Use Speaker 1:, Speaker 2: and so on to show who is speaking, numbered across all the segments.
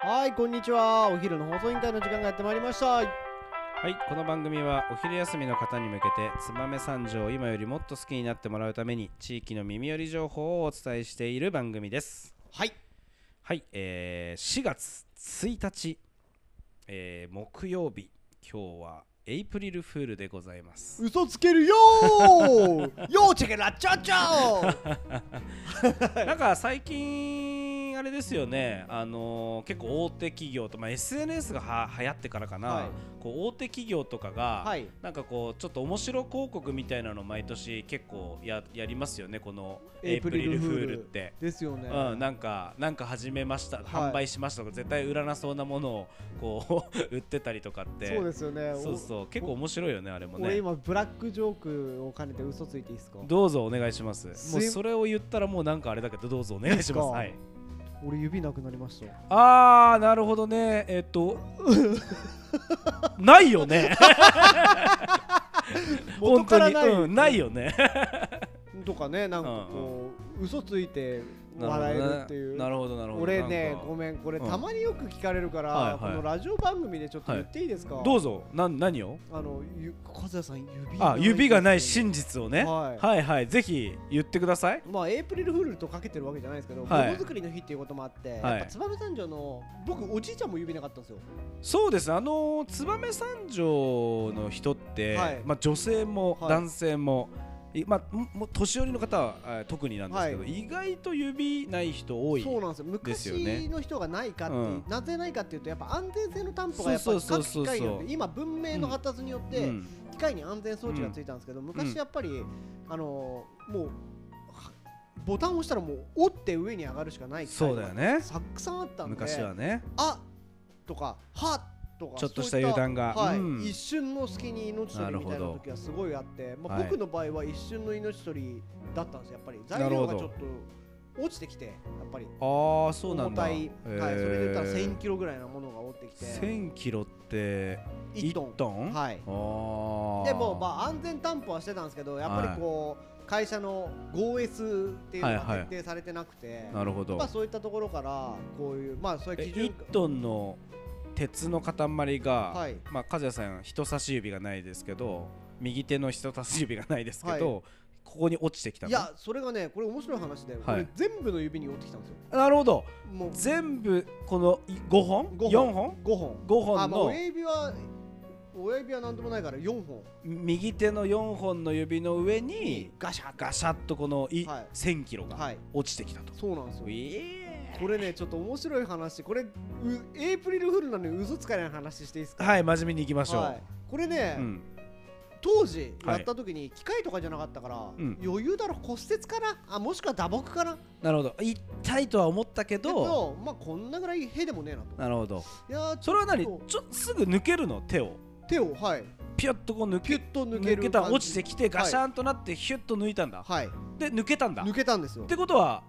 Speaker 1: はい、こんにちは。お昼の放送委員会の時間がやってまいりました。
Speaker 2: はい、この番組はお昼休みの方に向けて燕三条を今よりもっと好きになってもらうために地域の耳寄り情報をお伝えしている番組です
Speaker 1: はい。
Speaker 2: はい、えー4月1日、えー木曜日今日はエイプリルフールでございます
Speaker 1: 嘘つけるよ ーよーチェケラッチャッチャー
Speaker 2: なんか最近あれですよね、あのー結構大手企業と、まあ、SNS がは流行ってからかな、
Speaker 1: はい
Speaker 2: こう大手企業とかが、
Speaker 1: はい。
Speaker 2: なんかこうちょっと面白広告みたいなの毎年結構ややりますよねこのエイプリルフールって。
Speaker 1: ですよね。
Speaker 2: うん、なんかなんか始めました、販売しましたとか絶対売らなそうなものをこう 売ってたりとかって
Speaker 1: そうですよね。お
Speaker 2: そうそう結構面白いよねあれも
Speaker 1: 俺
Speaker 2: ね
Speaker 1: 今ブラックジョークを兼ねて嘘ついていいですか
Speaker 2: どうぞお願いします
Speaker 1: す
Speaker 2: も
Speaker 1: いう
Speaker 2: それを言ったらもうなんかあれだけどどうぞお願いし
Speaker 1: いいっすか
Speaker 2: ますはい
Speaker 1: 俺指なくなりました
Speaker 2: あーなるほどねえ っとないよね
Speaker 1: 元からない
Speaker 2: 本当にうんないよね
Speaker 1: とかねなんかこう、嘘ついて笑えるっていう
Speaker 2: なるほどなるほど
Speaker 1: 俺ねご
Speaker 2: ん
Speaker 1: めんこれ
Speaker 2: うん
Speaker 1: たまによく聞かれるから、
Speaker 2: はいはい
Speaker 1: このラジオ番組でちょっと言っていいですか、
Speaker 2: ど
Speaker 1: ぞ
Speaker 2: うぞなん何を
Speaker 1: あのゆ和也さん指
Speaker 2: あ指がない
Speaker 1: し
Speaker 2: 真実をね
Speaker 1: はい
Speaker 2: はいはいぜひ言ってください
Speaker 1: まあエイプリルフールとかけてるわけじゃないですけども
Speaker 2: はい
Speaker 1: のづくりの日っていうこともあって、
Speaker 2: は
Speaker 1: や
Speaker 2: い
Speaker 1: っぱ燕三条の僕おじいちゃんも指なかったんですよ
Speaker 2: そうですあのー燕三条の人って
Speaker 1: はい
Speaker 2: まあ女性も
Speaker 1: はい
Speaker 2: 男性もいまあももう年寄りの方はえー特になんですけど
Speaker 1: は
Speaker 2: 意外と指ない人多い
Speaker 1: そうなんですよ
Speaker 2: ですよね
Speaker 1: 昔の人がないかって、
Speaker 2: うん
Speaker 1: なぜないかっていうとやっぱ安全性の担保がやっぱ
Speaker 2: そう
Speaker 1: 各
Speaker 2: そうそうそう
Speaker 1: 機械によって今文明の発達によって、
Speaker 2: うん
Speaker 1: 機械に安全装置がついたんですけど、昔やっぱり、あのーもうはボタンを押したらもう折って上に上がるしかない機械
Speaker 2: そうだよね
Speaker 1: たくさんあったんで
Speaker 2: 昔はね
Speaker 1: あとかはとか
Speaker 2: ちょっとした
Speaker 1: そうい
Speaker 2: 油断が
Speaker 1: はい
Speaker 2: うん
Speaker 1: 一瞬の隙に命取りみたいな
Speaker 2: なるほど
Speaker 1: 時はすごいあって、まあ、
Speaker 2: はい
Speaker 1: 僕の場合は一瞬の命取りだったんですよやっぱり材
Speaker 2: なる
Speaker 1: 料
Speaker 2: ほ
Speaker 1: が
Speaker 2: ど
Speaker 1: ちょっと落ちてきてやっぱり
Speaker 2: ああそうな
Speaker 1: 重
Speaker 2: んだ
Speaker 1: たい、はい、それで言ったら1000
Speaker 2: え
Speaker 1: キロぐらいのものが落ちてき
Speaker 2: ー
Speaker 1: て
Speaker 2: 1000キロって
Speaker 1: 1
Speaker 2: 1
Speaker 1: トン
Speaker 2: トン
Speaker 1: はい
Speaker 2: ああ
Speaker 1: でもまあ安全担保はしてたんですけどやっぱりこう、会社の 5S っていうの
Speaker 2: はいは
Speaker 1: が
Speaker 2: い
Speaker 1: 徹底されてなくて、
Speaker 2: なるほど
Speaker 1: まあ、そういったところからこういうまあそういう
Speaker 2: え
Speaker 1: 基準
Speaker 2: 1トンの鉄の塊が、
Speaker 1: はい
Speaker 2: まあ、和也さん人差し指がないですけど右手の人差し指がないですけど、ここに落ちてきたの
Speaker 1: いやそれがねこれ面白い話で、これ全部の指に折ってきたんですよ
Speaker 2: なるほど
Speaker 1: もう
Speaker 2: 全部この5本
Speaker 1: 五
Speaker 2: 4本
Speaker 1: 5本
Speaker 2: 5
Speaker 1: あ
Speaker 2: 本
Speaker 1: まあ
Speaker 2: の
Speaker 1: 親指は親指はなんでもないから4本
Speaker 2: 右手の4本の指の上に
Speaker 1: ガシャッ
Speaker 2: ガシャッとこのい
Speaker 1: はい
Speaker 2: 1000キロが
Speaker 1: はい
Speaker 2: 落ちてきたと、
Speaker 1: そうなんですよ
Speaker 2: え
Speaker 1: これねちょっと面白い話これうエイプリルフールなのに嘘つかない話していいです
Speaker 2: ー
Speaker 1: か
Speaker 2: はい真面目にいきましょう、
Speaker 1: はいこれね、
Speaker 2: うん、
Speaker 1: 当時やった時に機械とかじゃなかったから、
Speaker 2: うん
Speaker 1: 余裕だろ骨折かなあもしくは打撲かな
Speaker 2: なるほど痛いとは思ったけ
Speaker 1: け
Speaker 2: ど
Speaker 1: どまあこんなぐらいへでもねえなと
Speaker 2: なるほど
Speaker 1: いやー
Speaker 2: それは何ち
Speaker 1: そう
Speaker 2: ょすぐ抜けるの手を
Speaker 1: 手をはい
Speaker 2: ピュッとこう抜
Speaker 1: ピュ
Speaker 2: け
Speaker 1: ッと抜け
Speaker 2: 抜
Speaker 1: る
Speaker 2: けた落ちて
Speaker 1: き
Speaker 2: きてガシャンとなってヒュッと抜いたんだ、
Speaker 1: はい
Speaker 2: で抜けたんだっ
Speaker 1: 抜けたんですよ
Speaker 2: てことは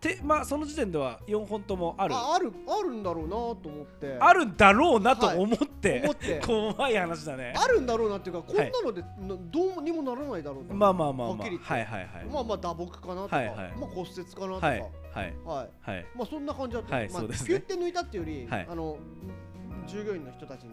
Speaker 2: て、まあ、その時点では4本ともあるあ
Speaker 1: ああるあるんだろうなと思ってる
Speaker 2: るんだろうなと思って、
Speaker 1: 思っ て
Speaker 2: 怖い話だね
Speaker 1: あるんだろうなっていうかこん
Speaker 2: はい
Speaker 1: なので、などうにもならないだろうと
Speaker 2: まあまあまあ
Speaker 1: はっ
Speaker 2: ま
Speaker 1: き
Speaker 2: あ
Speaker 1: り言って
Speaker 2: はいはいはい
Speaker 1: まあまあ打撲かなとか、
Speaker 2: はいはい
Speaker 1: まあ骨折かなとか、
Speaker 2: は
Speaker 1: はいい
Speaker 2: はいはい
Speaker 1: まあそんな感じだった、
Speaker 2: はい
Speaker 1: まあ
Speaker 2: そうですね
Speaker 1: ピュッて抜いたっていうより、
Speaker 2: はい
Speaker 1: あの従業員の人たちに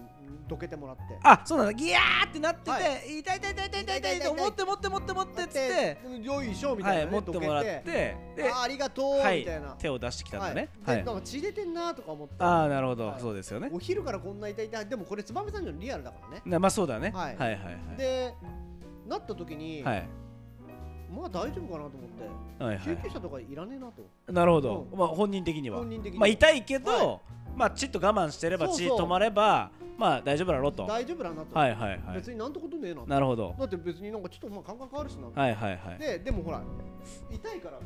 Speaker 1: どけてもらって
Speaker 2: あそうなんだギヤーってなってて、
Speaker 1: は
Speaker 2: 痛い痛い痛い痛い痛い痛いと思って持って持って持ってっつって、
Speaker 1: でよいしょみた
Speaker 2: はいい、
Speaker 1: な、ね
Speaker 2: 持ってもらっ
Speaker 1: ど
Speaker 2: て
Speaker 1: けて
Speaker 2: で
Speaker 1: あーありがとうみ
Speaker 2: は
Speaker 1: たい
Speaker 2: い
Speaker 1: な、
Speaker 2: 手を出してきたんだね、
Speaker 1: は
Speaker 2: はいい
Speaker 1: でなんか血出てんなとか思って
Speaker 2: ああなるほど、
Speaker 1: はい
Speaker 2: そうですよね
Speaker 1: お昼からこんな痛い痛いでもこれ燕三条のリアルだからね、
Speaker 2: なまあそうだね、
Speaker 1: はい
Speaker 2: はいはいはい
Speaker 1: でなった時に、
Speaker 2: はい
Speaker 1: まあ大丈夫かなと思って
Speaker 2: はいは
Speaker 1: 救急
Speaker 2: い、
Speaker 1: 車とかいらねえなと
Speaker 2: なるほど、
Speaker 1: う
Speaker 2: まあ本人的には
Speaker 1: 本人的に
Speaker 2: まあ痛いけど、
Speaker 1: は
Speaker 2: まあちっと我慢してれば
Speaker 1: そうそう
Speaker 2: 血止まればまあ大丈夫だろうとは
Speaker 1: 大丈夫だなと、
Speaker 2: いはいはい
Speaker 1: 別になんてことねえなと
Speaker 2: なるほど
Speaker 1: だって別になんかちょっとまあ感覚あるしな、
Speaker 2: はいはいはい
Speaker 1: ででもほら痛いから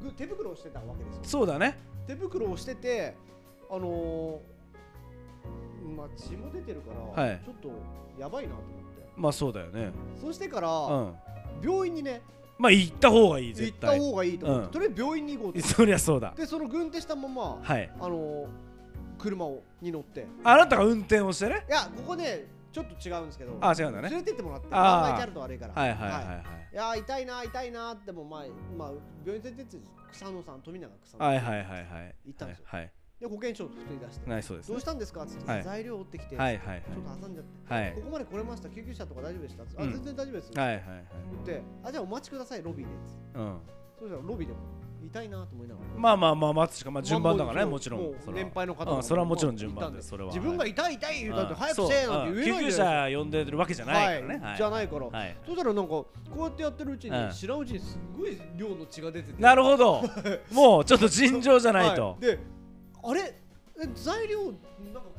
Speaker 1: ぐぐ手袋をしてたわけですよ
Speaker 2: そうだね
Speaker 1: 手袋をしててあのー、まあ血も出てるから、
Speaker 2: はい
Speaker 1: ちょっとやばいなと思って
Speaker 2: まあそうだよね
Speaker 1: そうしてか
Speaker 2: う
Speaker 1: ら
Speaker 2: ん
Speaker 1: 病院にね
Speaker 2: まあ行った方がいい
Speaker 1: 行
Speaker 2: 絶
Speaker 1: った
Speaker 2: 対
Speaker 1: 方がいいと思って、
Speaker 2: うん
Speaker 1: とりあえず病院に行こうと
Speaker 2: そりゃそうだ
Speaker 1: でその軍手したまま
Speaker 2: はい
Speaker 1: あのー、車をに乗ってい
Speaker 2: あなたが運転をしてね
Speaker 1: やここねちょっと違うんですけど
Speaker 2: あ違うんだ
Speaker 1: 連
Speaker 2: ね
Speaker 1: れてってもらって
Speaker 2: あー
Speaker 1: 考えちゃうと悪いから
Speaker 2: はいはいはい
Speaker 1: いやー痛いな痛いなってもまあまあ病院連れてって草野さん富永草野さん
Speaker 2: はいはいはいはいはいはい
Speaker 1: 行ったんですよ
Speaker 2: はい
Speaker 1: で保険証を作り出して
Speaker 2: ないそうです
Speaker 1: ど
Speaker 2: ね
Speaker 1: うしたんですかって言って、
Speaker 2: はい
Speaker 1: 材料を追ってきて、
Speaker 2: はいはい
Speaker 1: ちょっと挟んじゃって、
Speaker 2: はいはい
Speaker 1: ここまで来れました救急車とか大丈夫でしたって、
Speaker 2: うん
Speaker 1: あ全然大丈夫です、
Speaker 2: はいはいはい
Speaker 1: ってあじゃあお待ちくださいロビーでって
Speaker 2: うん
Speaker 1: そうしたらロビーでも痛いなと思いながら
Speaker 2: まあまあまあ待つしかまあ順番だからね
Speaker 1: まあ
Speaker 2: もちろん
Speaker 1: う
Speaker 2: それ
Speaker 1: 年
Speaker 2: は
Speaker 1: 配の方とか
Speaker 2: うんそれはもちろん順番です
Speaker 1: いた
Speaker 2: それは
Speaker 1: 自分が痛い痛い言うたって早くせえなんて言え
Speaker 2: う
Speaker 1: なんい
Speaker 2: 救急
Speaker 1: じゃない
Speaker 2: 車呼んでるわけじゃないからね
Speaker 1: は
Speaker 2: はい
Speaker 1: じゃないから
Speaker 2: はい
Speaker 1: そしたらなんかこうやってやってるうち
Speaker 2: うん
Speaker 1: に知らんうちにすごい量の血が出てて
Speaker 2: なる ほどもうちょっと尋常じゃない
Speaker 1: は
Speaker 2: と
Speaker 1: であれえ材料なんか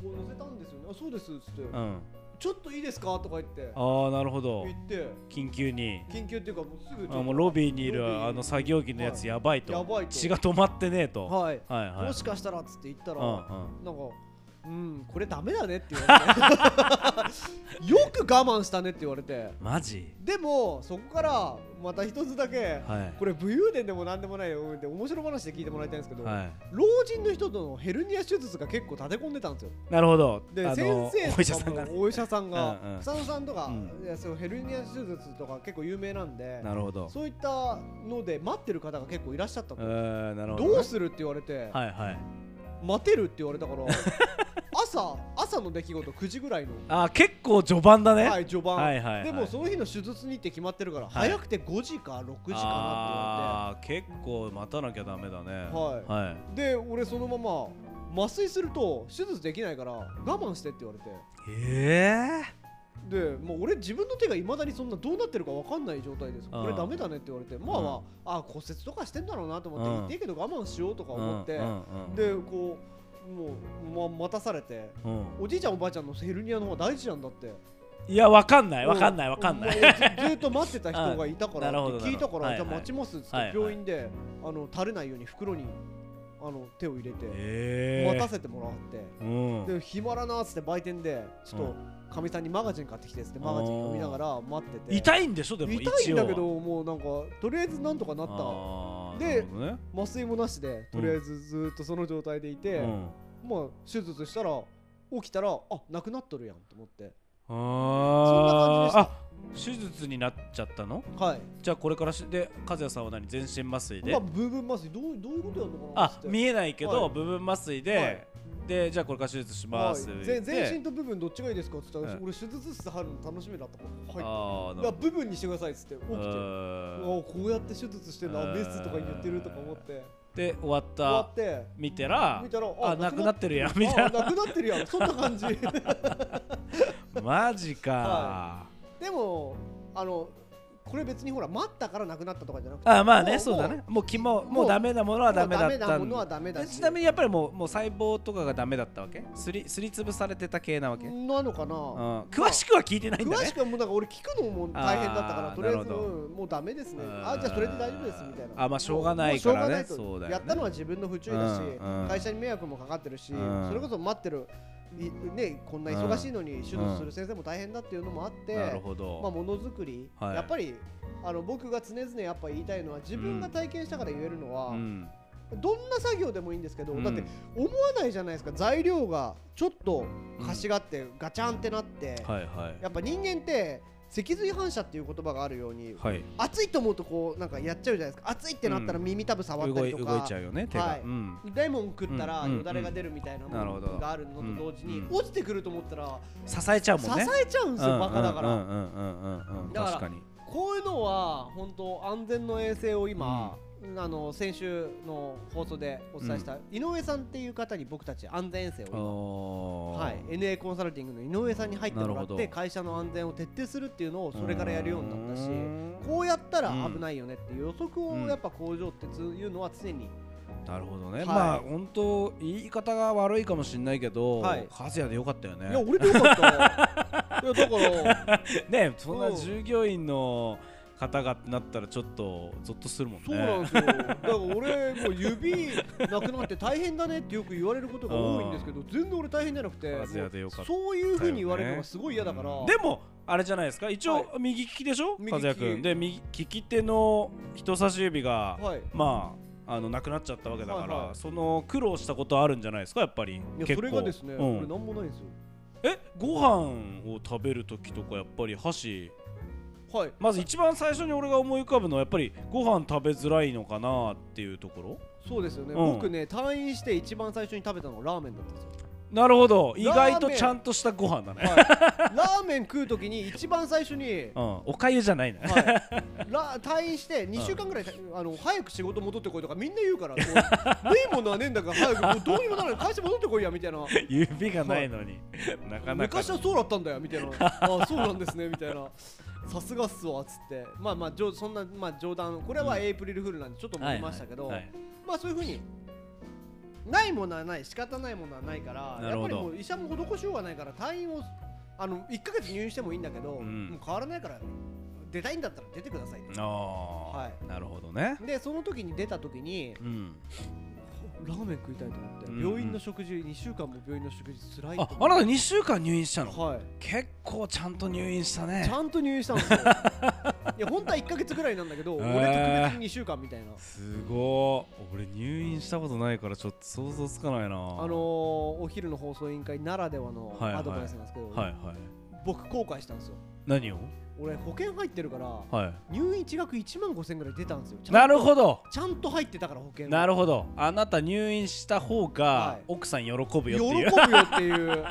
Speaker 1: こう載せたんですよねあそうですっつって
Speaker 2: うん
Speaker 1: ちょっといいですかとか言って
Speaker 2: ああなるほど
Speaker 1: 言って
Speaker 2: 緊急に
Speaker 1: 緊急っていうかもうすぐ
Speaker 2: あもうロビーにい
Speaker 1: ロビー
Speaker 2: るあの作業着のやつやばいと
Speaker 1: やばいと
Speaker 2: 血が止まってねえとは
Speaker 1: はい
Speaker 2: いはい
Speaker 1: もしかしたらっつって言ったら
Speaker 2: うんうん
Speaker 1: なんかうんこれダメだねって言われてよく我慢したねって言われて
Speaker 2: マジ
Speaker 1: でもそこからまた一つだけ
Speaker 2: はい
Speaker 1: これ武勇伝でもなんでもないよで面白話で聞いてもらいたいんですけど
Speaker 2: は
Speaker 1: 老人の人とのヘルニア手術が結構立て込んでたんですよ
Speaker 2: いなるほど
Speaker 1: で
Speaker 2: あ
Speaker 1: 先
Speaker 2: のお医
Speaker 1: 生
Speaker 2: 者さ
Speaker 1: と
Speaker 2: ん
Speaker 1: か
Speaker 2: がね
Speaker 1: もお医者さんが
Speaker 2: うんうん
Speaker 1: 草野さんとか
Speaker 2: うん
Speaker 1: いやそうヘルニア手術とか結構有名なんで
Speaker 2: なるほど
Speaker 1: そういったので待ってる方が結構いらっしゃった
Speaker 2: う
Speaker 1: の
Speaker 2: ーんなるほどね
Speaker 1: どうするって言われて
Speaker 2: はいはい
Speaker 1: 待てるって言われた から朝朝の出来事9時ぐらいの
Speaker 2: あー結構序盤だね
Speaker 1: はい序盤、
Speaker 2: はいはいはい
Speaker 1: でもその日の手術日程決まってるから、
Speaker 2: い
Speaker 1: 早くて5時か6時かな
Speaker 2: あー結構待たなきゃダメだね
Speaker 1: はいっ
Speaker 2: は
Speaker 1: て言われてで俺そのまま麻酔すると手術できないから我慢してって言われて
Speaker 2: いえ
Speaker 1: でもう俺自分の手がいまだにそんなどうなってるか分かんない状態です
Speaker 2: うん
Speaker 1: これダメだねって言われてまあまあ,、あ骨折とかしてんだろうなと思って、
Speaker 2: うん
Speaker 1: 言っていいけど我慢しようとか
Speaker 2: え
Speaker 1: 思って、
Speaker 2: うんうんうん
Speaker 1: でこうもう、ま、待たされて
Speaker 2: うん
Speaker 1: おじいちゃんおばあちゃんのヘルニアの方が大事なんだって
Speaker 2: いやわかんないわかんないわかんない
Speaker 1: うんもうずずっと待ってた人がいたから
Speaker 2: あなるほ
Speaker 1: っ
Speaker 2: ど
Speaker 1: て聞いたか
Speaker 2: な
Speaker 1: ら
Speaker 2: る
Speaker 1: じ
Speaker 2: ほ
Speaker 1: ゃあ
Speaker 2: ど
Speaker 1: 待ちますっつっ
Speaker 2: はいは
Speaker 1: て
Speaker 2: い
Speaker 1: 病院であの垂れないように袋にあの手を入れて
Speaker 2: ええ
Speaker 1: 待たせてもらって
Speaker 2: うん
Speaker 1: で暇だなっつって売店でちょっ
Speaker 2: う
Speaker 1: とかみさんにマガジン買ってきてっつってマガジン読みながら待ってて
Speaker 2: 痛いんでしょでも一応は
Speaker 1: 痛いんだけどもうなんかとりあえずなんとかなった
Speaker 2: あー
Speaker 1: で
Speaker 2: なるほどね
Speaker 1: 麻酔もなしでとりあえずずっとその状態でいて
Speaker 2: うん
Speaker 1: まあ手術したら起きたらあなくなっとるやんと思って
Speaker 2: あ
Speaker 1: んな感じでした
Speaker 2: ーあ手術になっちゃったの
Speaker 1: はい
Speaker 2: じゃあこれからしで和也さんは何全身麻酔で、
Speaker 1: まあ部分麻酔どうどういうことやんのかなっつ
Speaker 2: あ
Speaker 1: って
Speaker 2: 見えないけど、
Speaker 1: はい
Speaker 2: 部分麻酔で、
Speaker 1: はい
Speaker 2: でじゃあこれから手術し
Speaker 1: は
Speaker 2: ま
Speaker 1: い
Speaker 2: す、
Speaker 1: ぜ
Speaker 2: で
Speaker 1: 全身と部分どっちがいいですかって言ったら、
Speaker 2: うん
Speaker 1: 俺手術室入るの楽しみだったから、はい、
Speaker 2: ああ
Speaker 1: だから部分にしてくださいっつって起きて、うわ
Speaker 2: ー
Speaker 1: こうやって手術してんだ
Speaker 2: うん
Speaker 1: メスとか言ってるとか思って
Speaker 2: で終わっ
Speaker 1: 終わ
Speaker 2: た
Speaker 1: って
Speaker 2: 見てら
Speaker 1: 見たら
Speaker 2: あなくなってるやんみたい
Speaker 1: あなくなってるやんそんな感じ
Speaker 2: なマジか、
Speaker 1: はでもあのこれ別にほら待ったからなくなったとかじゃなくて
Speaker 2: あまあね
Speaker 1: もう
Speaker 2: そうだねもう気もも
Speaker 1: も
Speaker 2: う
Speaker 1: う
Speaker 2: ダメなものはダメだっ
Speaker 1: もう
Speaker 2: た
Speaker 1: なものはダメだ
Speaker 2: で
Speaker 1: し
Speaker 2: ちなみにやっぱりもうもう細胞とかがダメだったわけすりすりつぶされてた系なわけ、うん、
Speaker 1: なのかな、
Speaker 2: 詳しくは聞いてないんだ
Speaker 1: 詳
Speaker 2: ね
Speaker 1: しくはもうなんか俺聞くのも大変だったか
Speaker 2: あー
Speaker 1: らとりあえず
Speaker 2: なるほど
Speaker 1: うんもうダメですねあじゃあそれで大丈夫ですみたいな
Speaker 2: あまあしょうがないからね
Speaker 1: もうしょうが
Speaker 2: そう
Speaker 1: な
Speaker 2: だ
Speaker 1: いと
Speaker 2: よね
Speaker 1: やったのは自分の不注意だし
Speaker 2: うんうん
Speaker 1: 会社に迷惑もかかってるし
Speaker 2: うん
Speaker 1: それこそ待ってるいねこんな忙しいのに手術する先生も大変だっていうのもあって
Speaker 2: なるほど、
Speaker 1: まあものづくり
Speaker 2: はい
Speaker 1: やっぱりあの僕が常々やっぱ言いたいのは自分が体験したから言えるのは
Speaker 2: うん
Speaker 1: どんな作業でもいいんですけど
Speaker 2: うん
Speaker 1: だって思わないじゃないですか材料がちょっとかしがってガチャンってなって
Speaker 2: はいはい
Speaker 1: やっぱ人間って脊髄反射っていう言葉があるように
Speaker 2: はい
Speaker 1: 熱いと思うとこうなんかやっちゃうじゃないですか熱いってなったら
Speaker 2: うん
Speaker 1: 耳たぶ触った
Speaker 2: 動
Speaker 1: り
Speaker 2: い
Speaker 1: と
Speaker 2: 動い
Speaker 1: か
Speaker 2: ちゃうよね手が、
Speaker 1: はい
Speaker 2: うん
Speaker 1: レモン食った
Speaker 2: う
Speaker 1: ら
Speaker 2: んうん
Speaker 1: よだれが出るみたいな
Speaker 2: なるほ
Speaker 1: も
Speaker 2: ど
Speaker 1: のがあるのと同時に
Speaker 2: うん
Speaker 1: 落ちてくると思ったら
Speaker 2: 支えちゃう
Speaker 1: 支
Speaker 2: もんね
Speaker 1: えちゃうんですよバカだか
Speaker 2: うん
Speaker 1: ら
Speaker 2: うんうんうんうんうん
Speaker 1: だから
Speaker 2: 確かに
Speaker 1: こういうのは本当安全の衛生を今あの先週の放送でお伝えした井上さんっていう方に僕たち安全衛生を今
Speaker 2: おー
Speaker 1: はい、NA コンサルティングの井上さんに入っても
Speaker 2: な
Speaker 1: ら
Speaker 2: る
Speaker 1: っ
Speaker 2: ほど
Speaker 1: て会社の安全を徹底するっていうのをそれからやるようになったし
Speaker 2: うーん
Speaker 1: こうやったら危ないよねっていう予測をやっぱ工場ってついうのは常に、
Speaker 2: なるほどね、
Speaker 1: はい
Speaker 2: まあ本当言い方が悪いかもしれないけど、
Speaker 1: はい
Speaker 2: 和也でよかったよ
Speaker 1: いや
Speaker 2: ね
Speaker 1: 俺でよかったいや だから
Speaker 2: ねそんな
Speaker 1: うん
Speaker 2: 従業員の方がってなったらちょっとゾッとするもんね
Speaker 1: そうなんですよだから俺もう指なくなって大変だねってよく言われることが多いんですけど全然俺大変じゃなくて
Speaker 2: 和也でよかった
Speaker 1: もうそういうふうに言われるのがすごい嫌だから、
Speaker 2: でもあれじゃないですか一
Speaker 1: は
Speaker 2: 応右利きでしょ、
Speaker 1: 右利き
Speaker 2: 和也君で右利き手の人差し指が、
Speaker 1: はい
Speaker 2: まああのなくなっちゃったわけだから、
Speaker 1: はいはい
Speaker 2: その苦労したことあるんじゃないですかやっぱり
Speaker 1: いやそ
Speaker 2: 結構
Speaker 1: れがですね、
Speaker 2: う
Speaker 1: 俺
Speaker 2: ん、
Speaker 1: なんもないんですよ
Speaker 2: えご飯を食べる時とかやっぱり箸
Speaker 1: はい
Speaker 2: まず一番最初に俺が思い浮かぶのはやっぱりご飯食べづらいのかなっていうところ
Speaker 1: そうですよね、
Speaker 2: うん
Speaker 1: 僕ね退院して一番最初に食べたのがラーメンだったん ですよ
Speaker 2: なるほど意外
Speaker 1: ラー
Speaker 2: と
Speaker 1: メン
Speaker 2: ちゃんとしたご飯だね、
Speaker 1: はいラーメン食う時に一番最初に
Speaker 2: うん、おかゆじゃないな、
Speaker 1: はい、ら退院して2週間ぐらい、あの早く仕事戻ってこいとかみんな言うからもうねえものはねえんだから早くもうどうにもならない会社戻ってこいやみたいな
Speaker 2: 指がないのに、なかなか
Speaker 1: 昔はそうだったんだよみたいなああそうなんですねみたいなさすがっすわっつってまあまあじょそんな、まあ、冗談これはエイプリルフールなんでちょっと思いましたけど、
Speaker 2: はいはい
Speaker 1: まあそういうふうにないものはない仕方ないものはないからや
Speaker 2: なる
Speaker 1: っ
Speaker 2: ほ
Speaker 1: ぱ
Speaker 2: ど
Speaker 1: りもう医者も施しようがないから退院をあの1ヶ月入院してもいいんだけど、
Speaker 2: ん
Speaker 1: もう変わらないから出たいんだったら出てください
Speaker 2: ああ、
Speaker 1: は
Speaker 2: なるほどね
Speaker 1: でその時に出た時に
Speaker 2: うん
Speaker 1: ラーメン食いたいと思って、
Speaker 2: うんうん
Speaker 1: 病院の食事2週間も病院の食事つらいと
Speaker 2: あ
Speaker 1: 思って
Speaker 2: あなた2週間入院したの
Speaker 1: はい
Speaker 2: 結構ちゃんと入院したね
Speaker 1: ちゃんと入院したんですよ いや本当は1か月ぐらいなんだけど、
Speaker 2: えー
Speaker 1: 俺特別に2週間みたいな
Speaker 2: すごい俺入院したことないからちょっと想像つかな
Speaker 1: あ
Speaker 2: いなあ
Speaker 1: のー、お昼の放送委員会ならではの
Speaker 2: はいはい
Speaker 1: アドバイスなんですけど、
Speaker 2: はいはい
Speaker 1: 僕後悔したんですよ
Speaker 2: 何を
Speaker 1: 俺保険入ってるから
Speaker 2: は
Speaker 1: 入院一額1万5000円ぐらい出たんですよち
Speaker 2: い
Speaker 1: ゃ
Speaker 2: なん
Speaker 1: と
Speaker 2: るほど
Speaker 1: ちゃんと入ってたから保険
Speaker 2: な
Speaker 1: る
Speaker 2: るほどあなた入院した方が、
Speaker 1: はい
Speaker 2: 奥さん喜ぶよ
Speaker 1: 喜
Speaker 2: って
Speaker 1: ぶ
Speaker 2: いう
Speaker 1: よっていう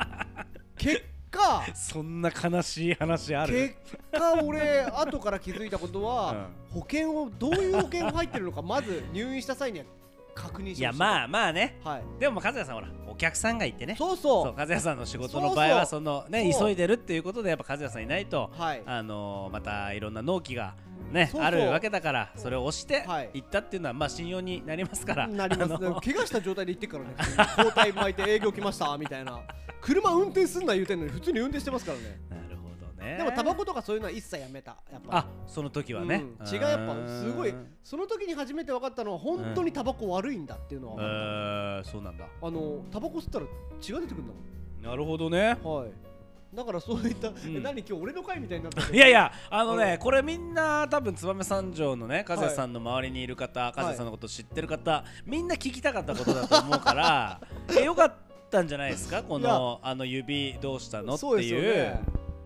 Speaker 1: 結果
Speaker 2: そんな悲しい話ある
Speaker 1: 結果俺後から気づいたことは、保険をどういう保険入ってるのかまず入院した際には確認しまし
Speaker 2: いやまあまあね
Speaker 1: あはい
Speaker 2: でも和也さんほらお客さんがいてね
Speaker 1: そう
Speaker 2: そう
Speaker 1: そう
Speaker 2: 和也さんの仕事の場合は
Speaker 1: そ
Speaker 2: そのね
Speaker 1: そう
Speaker 2: 急いでるっていうことでやっぱ和也さんいないと
Speaker 1: はい
Speaker 2: あのーまたいろんな納期がね
Speaker 1: そうそう
Speaker 2: あるわけだからそれを押して
Speaker 1: はい
Speaker 2: 行ったっていうのはまあ信用になりますから
Speaker 1: なります、
Speaker 2: あのー
Speaker 1: 怪我した状態で行ってっからね普通に包帯巻いて営業来ましたみたいな車運転すんな言うてんのに普通に運転してますからね
Speaker 2: なるほどね
Speaker 1: でもタバコとかそういうのは一切やめたやっぱ
Speaker 2: あその時
Speaker 1: り
Speaker 2: はね
Speaker 1: うん血がやっ
Speaker 2: う
Speaker 1: ぱ
Speaker 2: ーん
Speaker 1: すごいうその時に初めて分かったのは本当にタバコ悪いんだっていうのは分かった、
Speaker 2: ーんそうなんだ
Speaker 1: あのタバコ吸ったら血が出てくるんだ
Speaker 2: なるほどね
Speaker 1: もんはいだからそういった、え何今日俺の回みたいになったけど
Speaker 2: いやいやあの
Speaker 1: は
Speaker 2: ね
Speaker 1: い
Speaker 2: これみんな多分燕三条のね和也さんの周りにいる方、和也さんのこと知ってる方、みんな聞きたかったことだと思うから えよかったんじゃないですかこのあの指どうしたのって
Speaker 1: そうです
Speaker 2: い
Speaker 1: よ
Speaker 2: う
Speaker 1: ね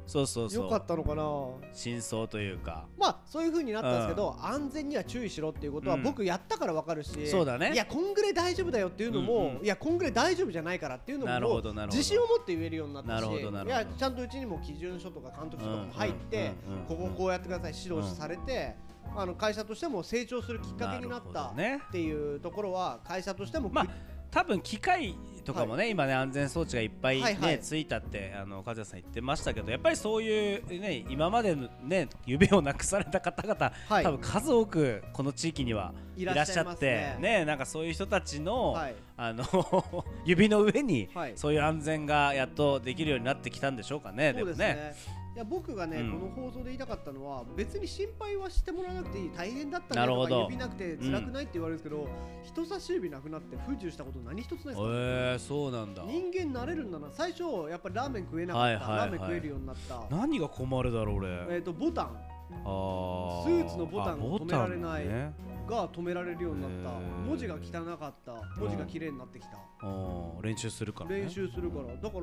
Speaker 2: そうそう
Speaker 1: よ
Speaker 2: そ
Speaker 1: か
Speaker 2: う
Speaker 1: ったのかな
Speaker 2: 真相というか
Speaker 1: まあそういう風になったんですけど、安全には注意しろっていうことは
Speaker 2: うん
Speaker 1: 僕やったからわかるし、
Speaker 2: そうだね
Speaker 1: いやこんぐらい大丈夫だよっていうのも、
Speaker 2: うんうん
Speaker 1: いやこんぐらい大丈夫じゃないからっていうの
Speaker 2: なる
Speaker 1: も
Speaker 2: ほどなるほど
Speaker 1: 自信を持って言えるようになった
Speaker 2: な
Speaker 1: し
Speaker 2: るほどなるほど
Speaker 1: いやちゃんとうちにも基準書とか監督書とかも入って、
Speaker 2: うんうんうんうん
Speaker 1: ここをこうやってください指導されて、あの会社としても成長するきっかけになっ
Speaker 2: るほ
Speaker 1: た
Speaker 2: どね
Speaker 1: っていうところは会社としても、
Speaker 2: まあ多分機械とかもね、今ね安全装置がいっぱいね、
Speaker 1: はいはい
Speaker 2: ついたってあの和也さん言ってましたけどやっぱりそういうね今までのね指をなくされた方々、
Speaker 1: はい
Speaker 2: 多分数多くこの地域にはいい
Speaker 1: ら
Speaker 2: ら
Speaker 1: っ
Speaker 2: っ
Speaker 1: し
Speaker 2: し
Speaker 1: ゃ
Speaker 2: ゃ
Speaker 1: いま
Speaker 2: っ
Speaker 1: すね
Speaker 2: てねなんかそういう人たちの、
Speaker 1: はい
Speaker 2: あの 指の上に、
Speaker 1: はい
Speaker 2: そういう安全がやっとできるようになってきたんでしょうかね
Speaker 1: そうです
Speaker 2: もね
Speaker 1: ね。いや僕がね、
Speaker 2: うん
Speaker 1: この放送で言いたかったのは別に心配はしてもらわなくていい大変だった
Speaker 2: な
Speaker 1: ね
Speaker 2: る
Speaker 1: と
Speaker 2: ほ
Speaker 1: か
Speaker 2: ど
Speaker 1: 指なくて辛くないって言われるんですけど、人差し指なくなって不自由したこと何一つないですからね、
Speaker 2: えー、そうなんだ
Speaker 1: 人間慣れるんだな最初やっぱりラーメン食えなかった、
Speaker 2: はいはいはい
Speaker 1: ラーメン食えるようになった、
Speaker 2: 何が困るだろう俺、
Speaker 1: えー、とボタン
Speaker 2: あー
Speaker 1: スーツのボタン
Speaker 2: あ
Speaker 1: を止められない
Speaker 2: ボタンね
Speaker 1: が止められるようになった
Speaker 2: へー
Speaker 1: 文字が汚かった文字が綺麗になってきた、
Speaker 2: あー練習するからね
Speaker 1: 練習するからだから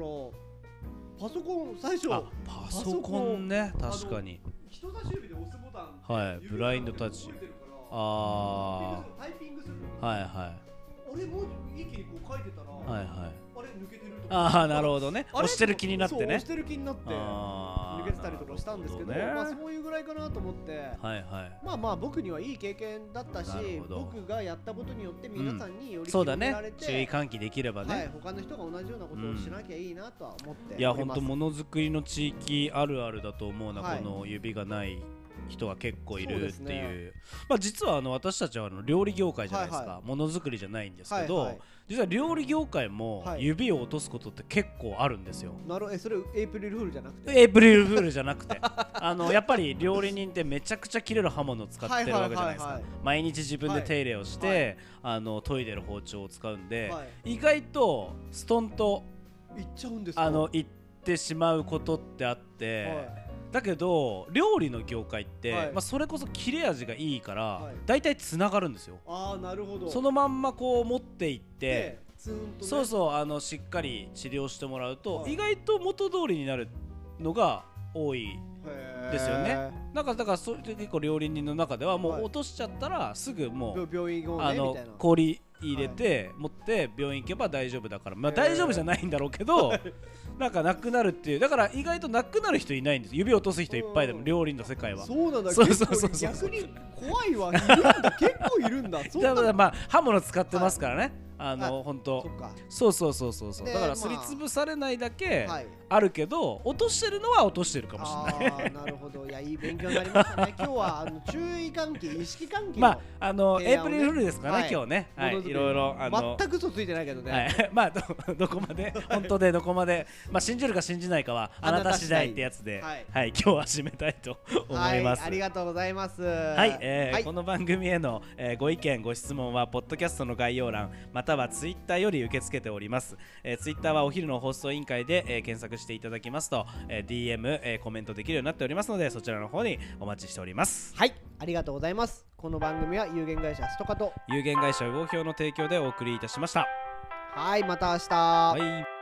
Speaker 1: パソコン最初
Speaker 2: あパソコンね
Speaker 1: パソコン
Speaker 2: 確かに
Speaker 1: 人差し指で押すボタン
Speaker 2: はいブラインドタッチ
Speaker 1: 指が動いてるから
Speaker 2: あ
Speaker 1: タイピングするのに
Speaker 2: あはいは
Speaker 1: あれもう一気にこう書いてたら、
Speaker 2: いはいはい
Speaker 1: あれ抜けてるとか
Speaker 2: ああなる
Speaker 1: ど
Speaker 2: ほどね押してる気になって
Speaker 1: 押
Speaker 2: ね
Speaker 1: してる気になって抜
Speaker 2: あー
Speaker 1: けてたりとかしたんですけど
Speaker 2: なるほ
Speaker 1: まあ、
Speaker 2: ね
Speaker 1: そういうぐらいかなと思って、
Speaker 2: はいはい
Speaker 1: まあまあ僕にはいい経験だったし
Speaker 2: なるほど
Speaker 1: 僕がやったことによって皆さんにより
Speaker 2: そうだ
Speaker 1: 広め
Speaker 2: ね
Speaker 1: られて、
Speaker 2: 注意喚起できればね、
Speaker 1: はい、他の人が同じようなことをしなきゃいいなとは思っております、
Speaker 2: いやほんとものづくりの地域あるあるだと思うな、
Speaker 1: はい
Speaker 2: この指がない人が結構い
Speaker 1: そう
Speaker 2: る
Speaker 1: で
Speaker 2: っ
Speaker 1: す
Speaker 2: て
Speaker 1: ね
Speaker 2: いうまあ、実はあの私たちはあの料理業界じゃないです
Speaker 1: は
Speaker 2: か、
Speaker 1: いは
Speaker 2: ものづくりじゃないんですけど、
Speaker 1: はいはい
Speaker 2: 実は料理業界も
Speaker 1: はい
Speaker 2: 指を落とすことって結構あるんですよ。
Speaker 1: なるえそれエイプリルフールじゃなくて
Speaker 2: エイプリルフールじゃなくてあのやっぱり料理人ってめちゃくちゃ切れる刃物を使ってるわけじゃない
Speaker 1: はい
Speaker 2: ですか
Speaker 1: はいはい
Speaker 2: 毎日自分で手入れをして、
Speaker 1: は
Speaker 2: あの研いでる包丁を使うんで、
Speaker 1: は
Speaker 2: 意外とストンと
Speaker 1: い行っちゃうんですか
Speaker 2: あの行ってしまうことってあって、
Speaker 1: はい
Speaker 2: だけど料理の業界って、
Speaker 1: はい
Speaker 2: まあ、それこそ切れ味がいいから、
Speaker 1: はい
Speaker 2: 大体つながるんですよ
Speaker 1: ああなるほど
Speaker 2: そのまんまこう持っていって
Speaker 1: で、ツーンと、ね、
Speaker 2: そうそうあのしっかり治療してもらうと、
Speaker 1: はい
Speaker 2: 意外と元通りになるのが多い
Speaker 1: へー
Speaker 2: ですよねなんかだからそれで結構料理人の中ではも
Speaker 1: はいう
Speaker 2: 落としちゃったらすぐもう、
Speaker 1: 病病院行こう
Speaker 2: あ
Speaker 1: ねみ
Speaker 2: の
Speaker 1: たいな
Speaker 2: 氷入れて、持って病院行けば大丈夫だからまあ大丈夫じゃないんだろう けど、なんかなくなるっていうだから意外となくなる人いないんです指落とす人いっぱいで
Speaker 1: う
Speaker 2: も
Speaker 1: ん
Speaker 2: 料理の世界は。
Speaker 1: そうなんだ
Speaker 2: そう
Speaker 1: 結構
Speaker 2: そうそうそ
Speaker 1: 逆
Speaker 2: う
Speaker 1: に怖いわいるんだ結構いる んだそん
Speaker 2: だ
Speaker 1: な
Speaker 2: からまあ刃物使ってますからね、あの本当
Speaker 1: そっか
Speaker 2: そうそうそうそうそう
Speaker 1: で
Speaker 2: だ
Speaker 1: ま
Speaker 2: か
Speaker 1: あ
Speaker 2: らすりつぶされないだけ
Speaker 1: はい
Speaker 2: あるけど、落としてるのは落としてるかもしれ
Speaker 1: あ
Speaker 2: ない
Speaker 1: ーなるほどいやいい勉強になりま したね今日はあの注意喚起意識喚起の
Speaker 2: まああの、
Speaker 1: 提
Speaker 2: エイ
Speaker 1: 案を
Speaker 2: プ
Speaker 1: ね
Speaker 2: リルフールですかね、
Speaker 1: はい
Speaker 2: 今日ね、はい、
Speaker 1: ものづくり
Speaker 2: いろいろあの
Speaker 1: 全く嘘ついてないけどね、
Speaker 2: はい、 まあどどこまで本当でどこまで、まあ、信じるか信じないかはあなた次第ってやつで、
Speaker 1: は
Speaker 2: はいい今日は締めたいと思いま
Speaker 1: はい、
Speaker 2: す。
Speaker 1: ありがとうございます。
Speaker 2: はい、えー
Speaker 1: はい
Speaker 2: この番組への、えーご意見ご質問はポッドキャストの概要欄またはツイッターより受け付けております、えー、ツイッターはお昼の放送委員会で、えー検索していただきますと、えー DM、えーコメントできるようになっておりますのでそちらの方にお待ちしております
Speaker 1: はい、ありがとうございます。この番組は有限会社ストカと、
Speaker 2: 有限会社魚票の提供でお送りいたしました
Speaker 1: はい、また明日。
Speaker 2: はい